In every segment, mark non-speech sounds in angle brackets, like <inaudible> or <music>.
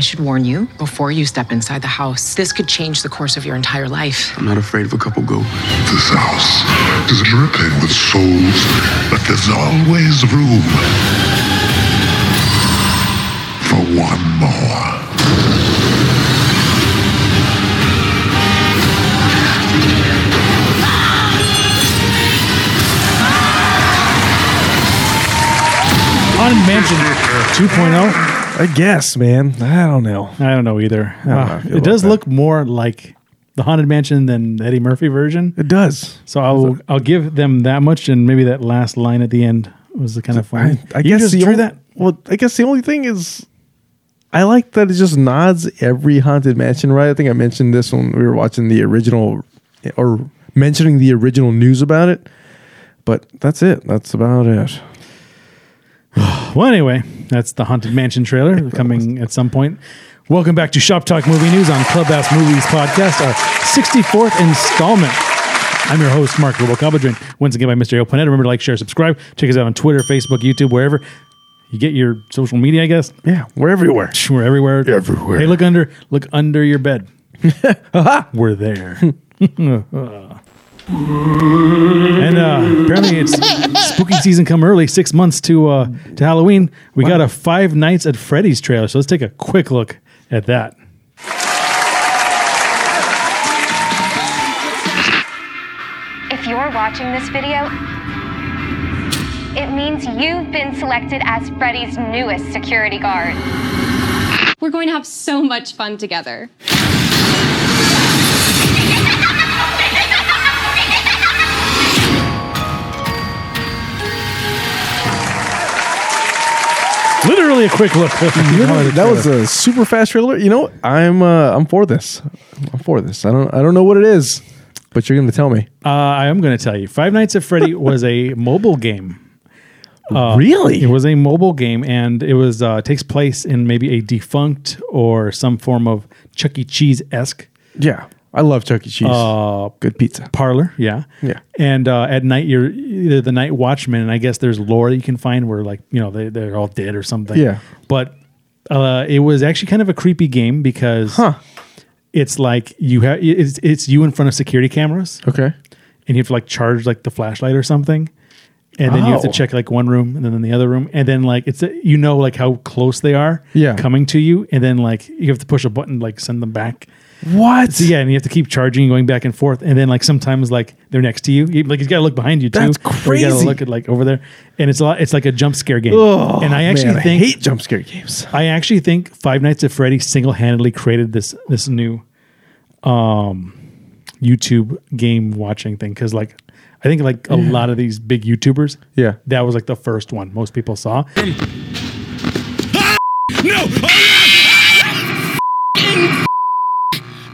should warn you before you step inside the house. This could change the course of your entire life. I'm not afraid of a couple goats. This house is dripping with souls, but there's always room for one more. Haunted Mansion <laughs> 2.0. I guess, man. I don't know. I don't know either. know Uh, how I feel it about does that. look more like the Haunted Mansion than the Eddie Murphy version. It does. So I'll I'll give them that much, and maybe that last line at the end was the kind of funny. I, I you guess just the drew only, that. Well, I guess the only thing is, I like that it just nods every haunted mansion, right? I think I mentioned this when we were watching the original, or mentioning the original news about it. But that's it. That's about it. Well, anyway, that's the Haunted Mansion <laughs> trailer coming at some point. Welcome back to Shop Talk Movie News on Clubhouse Movies Podcast, our 64th installment. I'm your host, Mark Robocabadrin. Once again, by Mr. Yo Panetta. Remember to like, share, subscribe. Check us out on Twitter, Facebook, YouTube, wherever you get your social media, I guess. Yeah, we're everywhere. We're everywhere. Everywhere. Hey, look under, look under your bed. We're there. <laughs> and uh, apparently, it's spooky season come early. Six months to uh, to Halloween. We got a Five Nights at Freddy's trailer. So let's take a quick look at that. If you're watching this video, it means you've been selected as Freddy's newest security guard. We're going to have so much fun together. Literally a quick look. <laughs> Literally, that was a super fast trailer. You know, I'm uh, I'm for this. I'm for this. I don't I don't know what it is, but you're gonna tell me. Uh, I am going to tell you. Five Nights at Freddy was a mobile game. Uh, really? It was a mobile game, and it was uh, takes place in maybe a defunct or some form of Chuck E. Cheese esque Yeah, I love Chuck E. Cheese. Good pizza. Uh, parlor. Yeah, Yeah. And uh, at night, you're either the night watchman, and I guess there's lore that you can find where like you know they they're all dead or something. Yeah. but uh, it was actually kind of a creepy game because Huh. it's like you have it's, it's you in front of security cameras, Okay. and you have to like charge like the flashlight or something. And then you have to Oh. check like one room and then the other room. And then like it's you know like how close they are Yeah. coming to you. And then like you have to push a button, like send them back. What? So yeah, and you have to keep charging, going back and forth, and then like sometimes like they're next to you, You- like you gotta look behind you too. That's or You gotta crazy. look at like over there, and it's a lot. It's like a jump scare game. and I actually Man, think I hate jump scare <laughs> games. I actually think Five Nights at Freddy single handedly created this this new um YouTube game watching thing because like I think like a lot of these big YouTubers Yeah. that was like the first one most people saw No!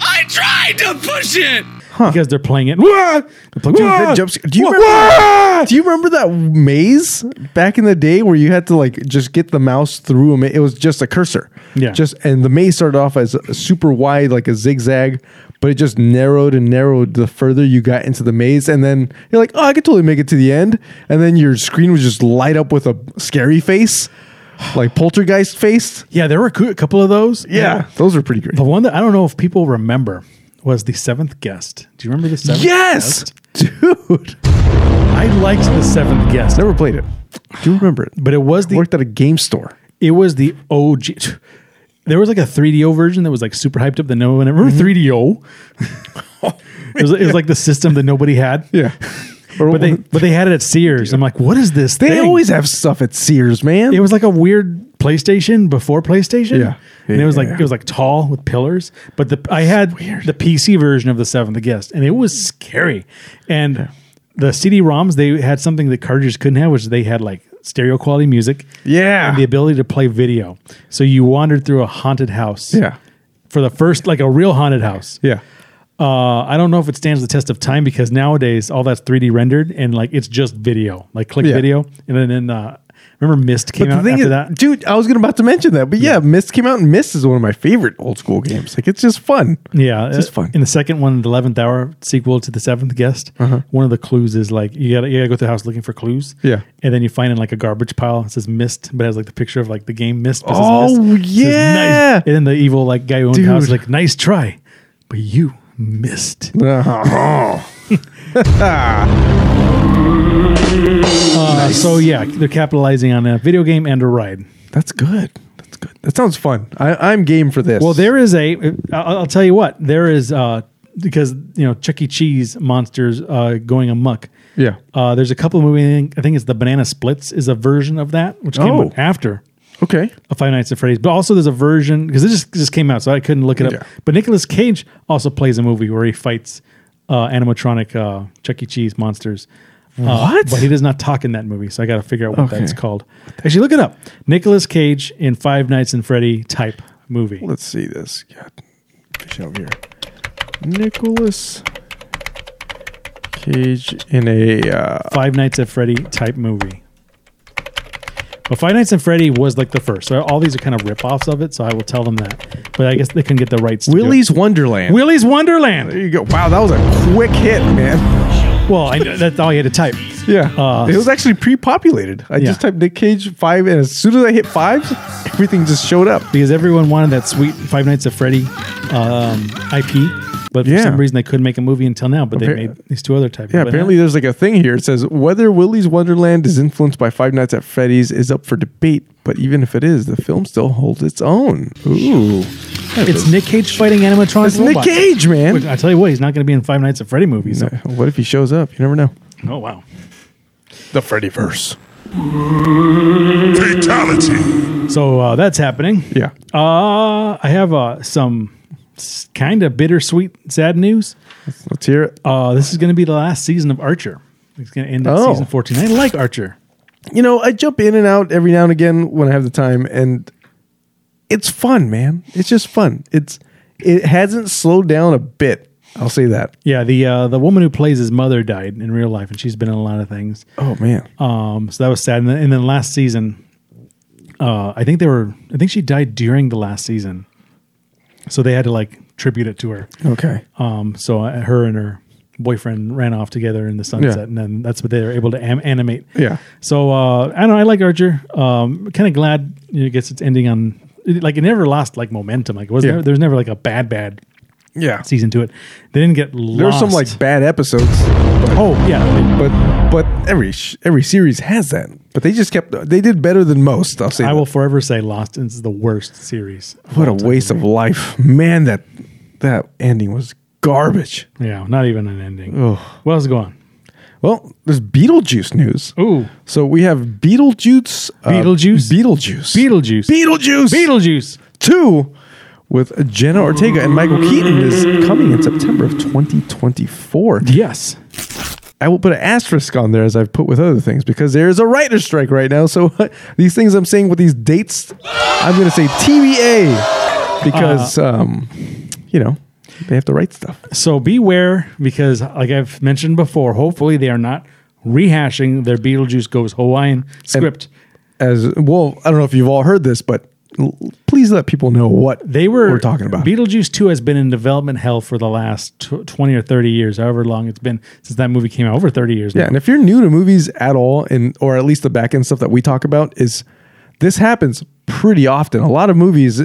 I tried to push it! because they're playing it. Wah! They're playing, Dude, "Wah!" that jump scare. Do you Wah! remember? Do you remember that maze back in the day where you had to like just get the mouse through a maze? It was just a cursor. Yeah. Just and the maze started off as a super wide, like a zigzag, but it just narrowed and narrowed the further you got into the maze, and then you're like, oh, I could totally make it to the end, and then your screen would just light up with a scary face, like poltergeist face. Yeah, there were a cou- a couple of those. those are pretty great. The one that I don't know if people remember was the seventh guest. Do you remember the seventh? Yes, guest? dude. I liked the seventh guest. Never played it. Do you remember it? But it was the worked at a game store. it was the OG. There was like a 3DO version that was like super hyped up that no one Mm-hmm. remember <laughs> 3DO. it, was, it was like the system that nobody had. <laughs> Yeah. But they but they had it at Sears. I'm like, what is this? They thing? always have stuff at Sears, man. it was like a weird PlayStation before PlayStation. Yeah. And it was like Yeah. it was like tall with pillars. But the I had the PC version of the seventh guest, and it was scary. And the CD ROMs, they had something that cartridges couldn't have, which they had like stereo quality music. Yeah. And the ability to play video. So you wandered through a haunted house. yeah. For the first like a real haunted house. Yeah. Uh, I don't know if it stands the test of time because nowadays all that's 3D rendered and like it's just video, like click Yeah. video, and then, then uh, Remember Mist came But the out thing after is, that? dude, I was gonna about to mention that, but yeah, Mist came out, and Mist is one of my favorite old school games. Like, it's just fun. Yeah, it's just uh, fun. In the second one, the eleventh hour sequel to the seventh guest, one of the clues is like you gotta you gotta go through the house looking for clues. Uh-huh. Yeah. and then you find in like a garbage pile it says missed, but it has like the picture of like the game missed. but it says Oh, missed. It says, "Nice." yeah. and then the evil like guy who owned the house is Dude. like nice try, but you <laughs> missed. Uh-huh. Uh, so yeah, they're capitalizing on a video game and a ride. That's good. That's good. That sounds fun. I, I'm game for this. Well, there is a. uh, I'll, I'll tell you what. There is uh, because you know Chuck E. Cheese monsters uh, going amok. Yeah. Uh, there's a couple of movies. I think it's the Banana Splits is a version of that, which came Oh. out after Okay. a Five Nights at Freddy's. But also there's a version because it just just came out, so I couldn't look it up. Yeah. But Nicolas Cage also plays a movie where he fights uh, animatronic uh, Chuck E. Cheese monsters. Uh, What? But he does not talk in that movie, so I got to figure out what Okay. that's called. Actually, look it up. Nicolas Cage in Five Nights and Freddy type movie. Let's see this. God, fish out here. Nicholas Cage in a uh, Five Nights at Freddy type movie. But Five Nights at Freddy was like the first. So all these are kind of rip-offs of it, so I will tell them that. But I guess they couldn't get the rights. to do it. Willy's Wonderland. Willy's Wonderland. there you go. Wow, that was a quick hit, man. Well, I, that's all you had to type. Yeah, Uh, it was actually pre-populated. I Yeah. just typed Nick Cage five, and as soon as I hit five, everything just showed up. Because everyone wanted that sweet Five Nights at Freddy um, IP, but for Yeah. some reason they couldn't make a movie until now. But they Appar- made these two other types. Yeah, apparently there's like a thing here. It says whether Willy's Wonderland is influenced by Five Nights at Freddy's is up for debate, but even if it is, the film still holds its own. Ooh, Oh it's Nick Cage fighting animatronics. it's Nick robots. Cage, man. Which I tell you what, he's not going to be in Five Nights at Freddy movies. so- What if he shows up? You never know. Oh wow. The Freddyverse. Fatality. So uh, that's happening. Yeah. Uh, I have uh, some kind of bittersweet, sad news. Let's hear it. Uh, this is going to be the last season of Archer. It's going to end at Oh. season 14. I like Archer. You know, I jump in and out every now and again when I have the time, and it's fun, man. It's just fun. It's it hasn't slowed down a bit. I'll say that. Yeah, the uh, the woman who plays his mother died in real life, and she's been in a lot of things. Oh man. Um, so that was sad. And then, and then last season, uh, I think they were. I think she died during the last season, so they had to like tribute it to her. Okay. Um, so uh, her and her boyfriend ran off together in the sunset, Yeah. and then that's what they were able to am- animate. Yeah. So uh, I don't know. I like Archer. Um, kind of glad you know, I guess it's ending on it- like it never lost like momentum. Like it was Yeah. never, there was never like a bad bad Yeah. season to it. They didn't get lost. There's some like bad episodes. But, oh yeah. but but every sh- every series has that. But they just kept they did better than most. I'll say. I that. will forever say Lost is the worst series. What a waste of life, man. That that ending was garbage. Yeah, not even an ending. Ugh. What else is going on? Well, there's Beetlejuice news. Ooh. So we have Beetlejuice. uh, Beetlejuice? Beetlejuice. Beetlejuice. Beetlejuice. Beetlejuice. 2 with Jenna Ortega and Michael Keaton is coming in September of 2024. Yes. I will put an asterisk on there as I've put with other things because there is a writer's strike right now. So <laughs> these things I'm saying with these dates, I'm going to say TBA because, Uh-huh. um, you know, they have to write stuff. So beware because, like I've mentioned before, hopefully they are not rehashing their Beetlejuice goes Hawaiian script. As well, I don't know if you've all heard this, but l- please let people know what They were we're talking about. Beetlejuice 2 has been in development hell for the last tw 20 or 30 years, however long it's been since that movie came out, over 30 years Yeah, now. and if you're new to movies at all, and or at least the back end stuff that we talk about, is this happens pretty often. A lot of movies, i-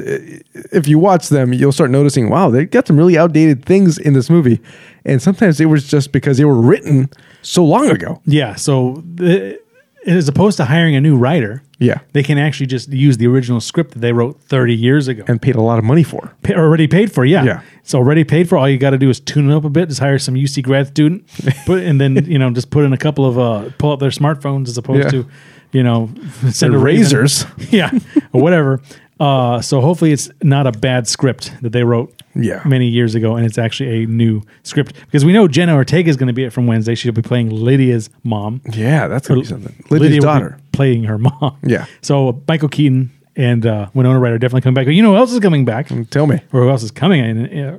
if you watch them, you'll start noticing, wow, they got some really outdated things in this movie, and sometimes it was just because they were written so long ago. Yeah, so the, as opposed to hiring a new writer, Yeah. they can actually just use the original script that they wrote 30 years ago. And paid a lot of money for. Pa- already paid for, yeah. Yeah. It's already paid for. All you got to do is tune it up a bit, just hire some UC grad <laughs> student, put, and then, you know, just put in a couple of, uh, pull up their smartphones as opposed Yeah. to, you <laughs> know, send Their a raven. razors. <laughs> yeah, or whatever. Uh, so hopefully it's not a bad script that they wrote Yeah. many years ago, and it's actually a new script because we know Jenna Ortega is going to be it from Wednesday. She'll be playing Lydia's mom. Yeah, that's gonna be something. Lydia's Lydia will be daughter. playing her mom. Yeah. So uh, Michael Keaton and uh, Winona Ryder are definitely coming back. But you know who else is coming back? Tell me, Or who else is coming in? uh,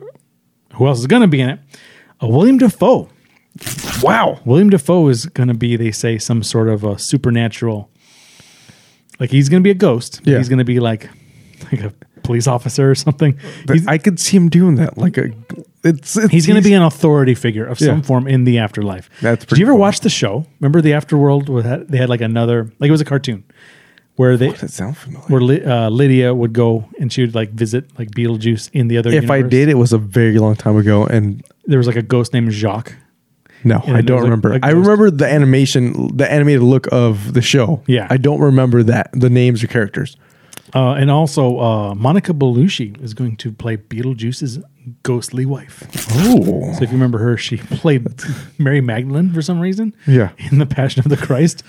Who else is going to be in it? Uh, William Defoe. wow, William Defoe is going to be, they say, some sort of a supernatural Like he's gonna be a ghost. Yeah. He's gonna be like like a police officer or something. He's, I could see him doing that. Like a, it's, it's he's gonna be an authority figure of some Yeah. form in the afterlife. That's Did pretty you ever cool. watch the show? Remember the Afterworld? With that- they had like another like it was a cartoon where they That sounds familiar. where Li- uh, Lydia would go and she would like visit like Beetlejuice in the other. if I universe. did, it was a very long time ago, and there was like a ghost named Jacques. no, And I it was don't like- remember. like I those- remember the animation, the animated look of the show. Yeah. I don't remember that the names or characters. Uh, and also, uh, Monica Bellucci is going to play Beetlejuice's ghostly wife. Oh, So, if you remember her, she <laughs> played Mary Magdalene for some reason. Yeah. in the Passion of the Christ.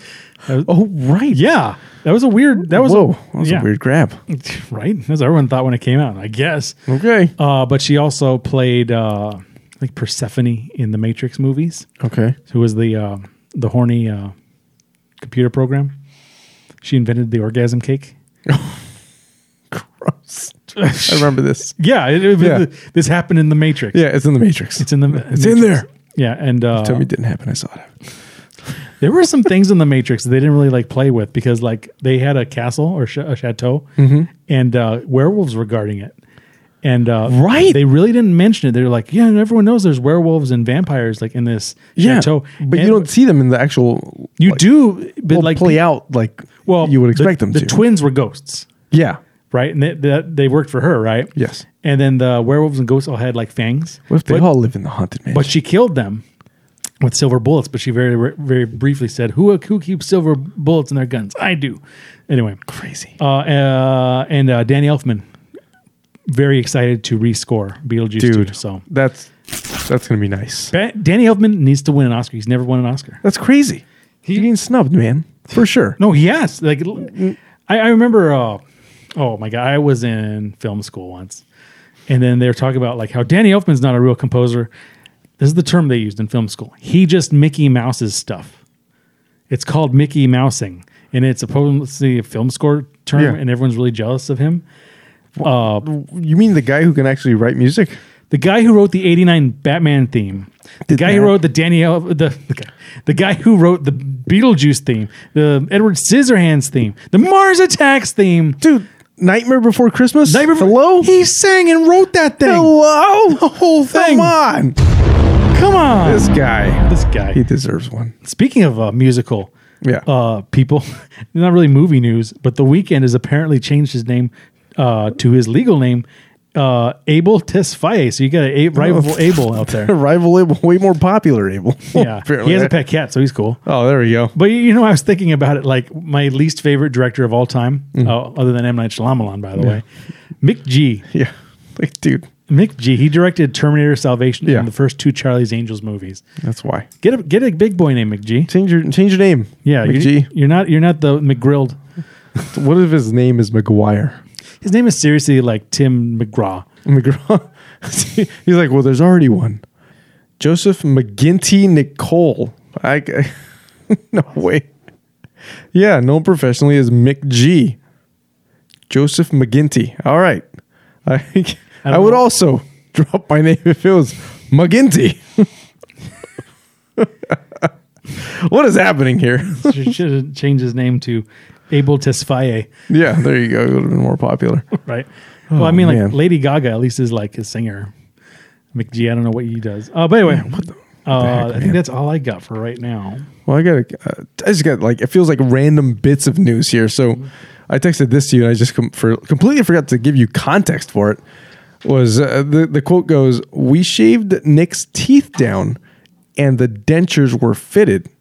That was- oh, right. yeah, that was a weird. That was Whoa, a, that was yeah. a weird grab. <laughs> right? That's what everyone thought when it came out. I guess. Okay. Uh, but she also played uh, like Persephone in the Matrix movies. <laughs> Okay. who was the uh, the horny uh, computer program. She invented the orgasm cake. Gross. I remember this. Yeah, it, it- Yeah. this happened in the Matrix. Yeah, it's in the Matrix. it's in the It's in there. Yeah, and uh, Tell me it didn't happen. I saw it. there were <laughs> some things in the Matrix that they didn't really like play with because like they had a castle or sh- a chateau, Mm-hmm. and uh, werewolves were guarding it. And uh, Right. they really didn't mention it. They're like, yeah, and everyone knows there's werewolves and vampires like in this chateau, but you And don't see them in the actual. you like, do, but well, like play out like Well, you would the- expect them to. The twins were ghosts. yeah. right? And that they, they worked for her, right? Yes. And then the werewolves and ghosts all had like fangs. What if they but, all live in the haunted mansion? But she killed them with silver bullets. But she very very briefly said, "Who who keeps silver bullets in their guns? I do." Anyway, crazy. uh, uh, and uh, Danny Elfman very excited to rescore Beetlejuice dude. 2, So that's that's gonna be nice. Ba- Danny Elfman needs to win an Oscar. He's never won an Oscar. That's crazy. He's getting snubbed, man, for sure. No, yes. Like l- I, I remember. Uh, oh my god, I was in film school once, and then they were talking about like how Danny Elfman's not a real composer. This is the term they used in film school. He just Mickey Mouse's stuff. It's called Mickey Mousing, and it's supposedly a film score term, Yeah. and everyone's really jealous of him. You mean the guy who can actually write music? The guy who wrote the '89 Batman theme, the Did guy who that- wrote the Danielle, the the guy, the guy who wrote the Beetlejuice theme, the Edward Scissorhands theme, the Mars Attacks theme, Dude, Nightmare Before Christmas? Nightmare Before- Hello? He sang and wrote that thing. Hello? The whole thing. Come on. Come on, This guy. This guy. He deserves one. Speaking of uh, musical, Yeah. uh, people, <laughs> not really movie news, but The Weeknd has apparently changed his name uh, to his legal name, uh, Abel Tesfaye. So you got a <laughs> rival Abel out there. Rival Abel, way more popular Abel. <laughs> Yeah, Apparently. he has a pet cat, so he's cool. Oh, there we go. But you know, I was thinking about it. Like my least favorite director of all time, Mm-hmm. uh, other than M Night Shyamalan, by the way, Mick G. Yeah. Like, dude, Mick G. He directed Terminator Salvation Yeah. and the first two Charlie's Angels movies. that's why. Get a get a big boy name, McG. Change your change your name. Yeah, McGee. You're, you're not you're not the McGrilled. What if his name is McGuire? His name is seriously like Tim <laughs> McGraw. McGraw. He's like, well, there's already one. Joseph McGinty Nicole. I, <laughs> I- no way. Yeah, known professionally as Mick G. Joseph McGinty. All right. I <laughs> I, don't would know. also drop my name if it was McGinty. <laughs> what is happening here? <laughs> Should should change his name to Abel Tesfaye, yeah, there you go. It would have been more popular. right? well, I mean, like Oh, man. Lady Gaga at least is like his singer. McG, I don't know what he does. Uh, but anyway, what uh, heck, I think man? that's all I got for right now. Well, I got. Uh, I just got like it feels like random bits of news here. So, I texted this to you, and I just com- for completely forgot to give you context for it. Was uh, the the quote goes? We shaved Nick's teeth down, and the dentures were fitted.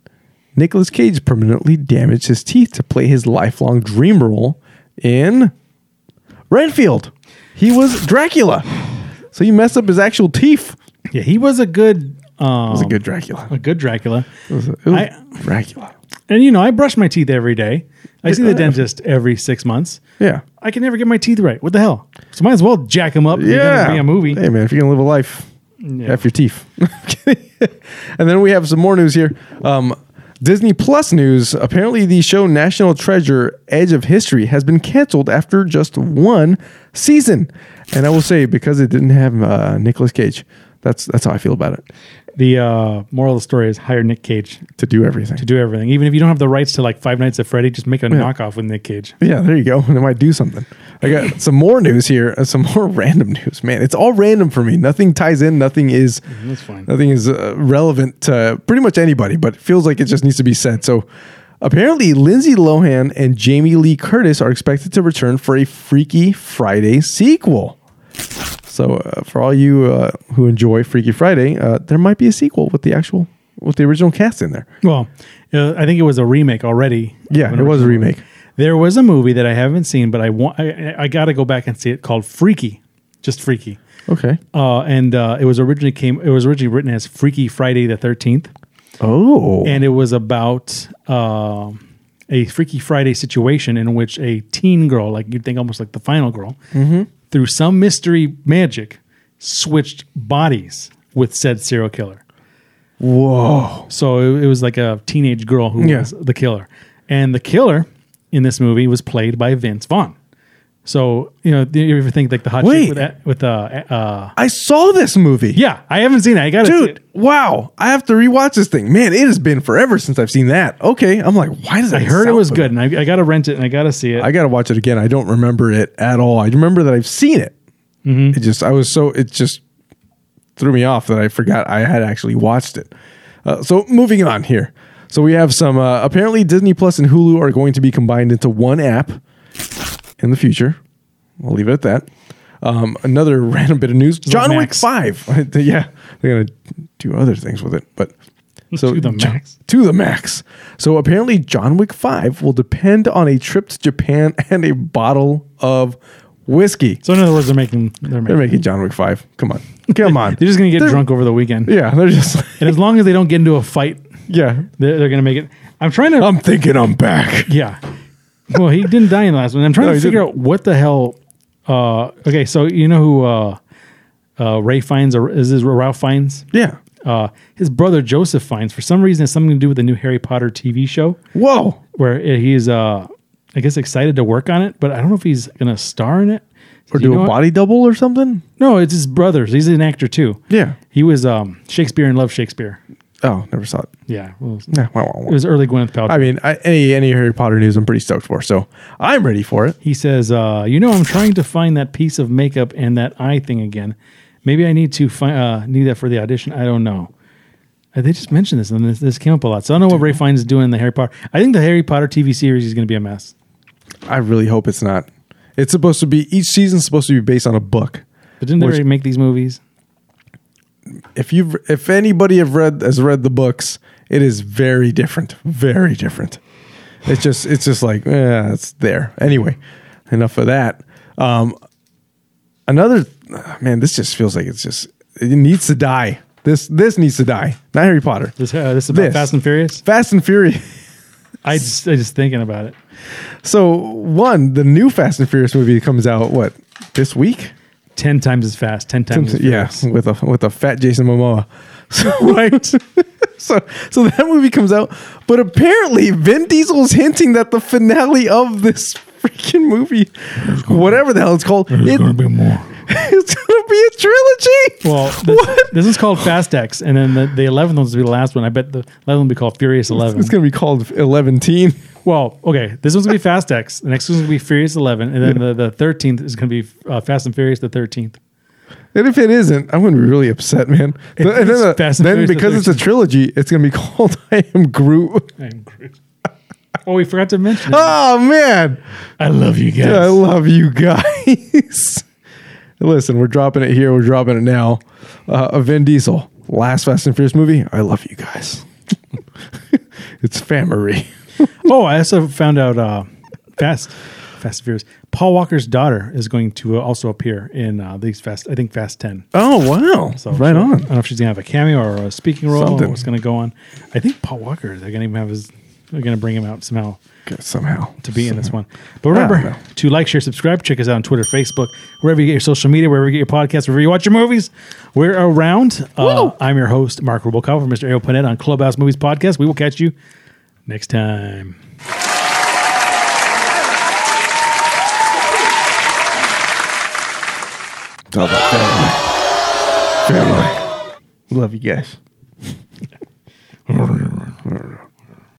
Nicolas Cage permanently damaged his teeth to play his lifelong dream role in Renfield. He was Dracula, so he messed up his actual teeth. Yeah, he was a good uh, It was a good Dracula. a good Dracula. It was, a- it was I- Dracula. And you know, I brush my teeth every day. I see the dentist every six months. Yeah. I can never get my teeth right. What the hell? So might as well jack them up. if you're gonna Yeah, be a movie. Hey man, if you're gonna live a life, have your teeth. <laughs> and then we have some more news here. Um, Disney Plus news. Apparently, the show National Treasure: Edge of History has been canceled after just one season. And I will say because it didn't have uh, Nicolas Cage. That's that's how I feel about it. The uh, moral of the story is hire Nick Cage to do everything. to do everything. Even if you don't have the rights to like Five Nights at Freddy, just make a knockoff with Nick Cage. Yeah, there you go. <laughs> They might do something. <laughs> I got some more news here. uh, Some more <laughs> random news, man. It's all random for me. Nothing ties in. Nothing is. Mm-hmm, that's fine. Nothing is uh, relevant to pretty much anybody. But it feels like it just needs to be said. So, apparently, Lindsay Lohan and Jamie Lee Curtis are expected to return for a Freaky Friday sequel. So, uh, for all you uh, who enjoy Freaky Friday, uh, there might be a sequel with the actual with the original cast in there. Well, uh, I think it was a remake already. Yeah, When it was a remake. There was a movie that I haven't seen, but I want I, I- I got to go back and see it called Freaky, just Freaky. Okay. Uh, and uh, it was originally came it was originally written as Freaky Friday the Thirteenth, Oh. and it was about um a Freaky Friday situation in which a teen girl, like you'd think almost like the final girl, Mm-hmm. through some mystery magic, switched bodies with said serial killer. Whoa. So it, it was like a teenage girl who Yeah. was the killer. And the killer in this movie was played by Vince Vaughn. So, you know, do you ever think like the hot Wait. chick with, that- with uh, uh, I saw this movie. yeah, I haven't seen it. I got to Dude, wow. I have to rewatch this thing. Man, it has been forever since I've seen that. Okay. I'm like, why does that I heard it sound was familiar? good and I, I got to rent it and I got to see it. I got to watch it again. I don't remember it at all. I remember that I've seen it. Mm-hmm. It just, I was so, it just threw me off that I forgot I had actually watched it. Uh, so moving on here. So we have some, uh, apparently Disney Plus and Hulu are going to be combined into one app in the future. We'll leave it at that. Um, another <laughs> random bit of news John Wick Max. 5. <laughs> yeah, they're going to do other things with it, but. So To <laughs> the Jo- max. to the max. So apparently, John Wick 5 will depend on a trip to Japan <laughs> and a bottle of whiskey. so, in other words, they're making, they're making, They're making John Wick 5. Come on. Come on. <laughs> they're just going to get They're- drunk over the weekend. Yeah, they're just, And as long as they don't get into a fight, <laughs> yeah. they're, they're going to make it. I'm trying to, I'm thinking I'm back. yeah. Well, he didn't die in the last one. I'm trying No, to he figure didn't. out what the hell. Uh, okay, so you know who uh, uh, Ray Fiennes or is this Ralph Fiennes? Yeah. Uh, his brother Joseph Fiennes, for some reason, has something to do with the new Harry Potter TV show Whoa. where he is, uh, I guess, excited to work on it, but I don't know if he's going to star in it Or You do know a what? body double or something? No, it's his brothers. He's an actor too. Yeah. he was um, Shakespeare and Love Shakespeare. Oh, never saw it. Yeah, well, it was- Nah, wah, wah, wah. it was early Gwyneth Paltrow. I mean, I, any any Harry Potter news, I'm pretty stoked for. So I'm ready for it. He says, uh, "You know, I'm trying to find that piece of makeup and that eye thing again. Maybe I need to find uh, need that for the audition. I don't know. Uh, They just mentioned this, and this, this came up a lot. So I don't know what Ray Fiennes is doing in the Harry Potter. I think the Harry Potter TV series is going to be a mess. I really hope it's not. It's supposed to be each season's supposed to be based on a book. But didn't they Which- already make these movies? if you've if anybody have read has read the books, it is very different, very different. It's just it's just like eh, it's there anyway. Enough of that. Um, another ah, man, this just feels like it's just it needs to die. This this needs to die. Not Harry Potter. This uh, this is about This. Fast and Furious. Fast and Furious. <laughs> I just I just thinking about it. So one, the new Fast and Furious movie comes out what this week? Ten times as fast. Ten times. as yeah, furious. with a with a fat Jason Momoa. <laughs> So, right. <laughs> so so that movie comes out, but apparently Vin Diesel's hinting that the finale of this freaking movie, whatever the hell it's called, it- more. <laughs> it's gonna be a trilogy. <laughs> Well, this, what? this is called Fast X, and then the, the eleventh one's will be the last one. I bet the eleventh one will be called Furious Eleven. It's gonna be called Eleven Teen. Well, okay. This one's gonna be Fast X. The next one's gonna be Furious Eleven, and then the the thirteenth is gonna be uh, Fast and Furious the thirteenth. And if it isn't, I'm gonna be really upset, man. If and it's then, uh, Fast and then Furious, because it's a there's- trilogy, it's gonna be <laughs> called I Am Groot. <laughs> Oh, we forgot to mention. it. Oh man. I love you guys. <laughs> I love you guys. <laughs> Listen, we're dropping it here. We're dropping it now. Uh, Vin Diesel, last Fast and Furious movie. I love you guys. <laughs> it's family. oh, I also found out uh, Fast Fast and Furious. Paul Walker's daughter is going to uh, also appear in uh, these Fast. I think Fast Ten. Oh wow! So right she- I on. don't know if she's gonna have a cameo or a speaking role Something. or what's gonna go on. I think Paul Walker. They're gonna even have his. They're gonna bring him out somehow. Okay, somehow to be in this one. But remember no. to like, share, subscribe. Check us out on Twitter, Facebook, wherever you get your social media, wherever you get your podcasts, wherever you watch your movies. We're around. Uh, I'm your host, Mark Robocop from Mr. Ariel Panetta on Clubhouse Movies Podcast. We will catch you next time. Tell the family. Family. Love you guys.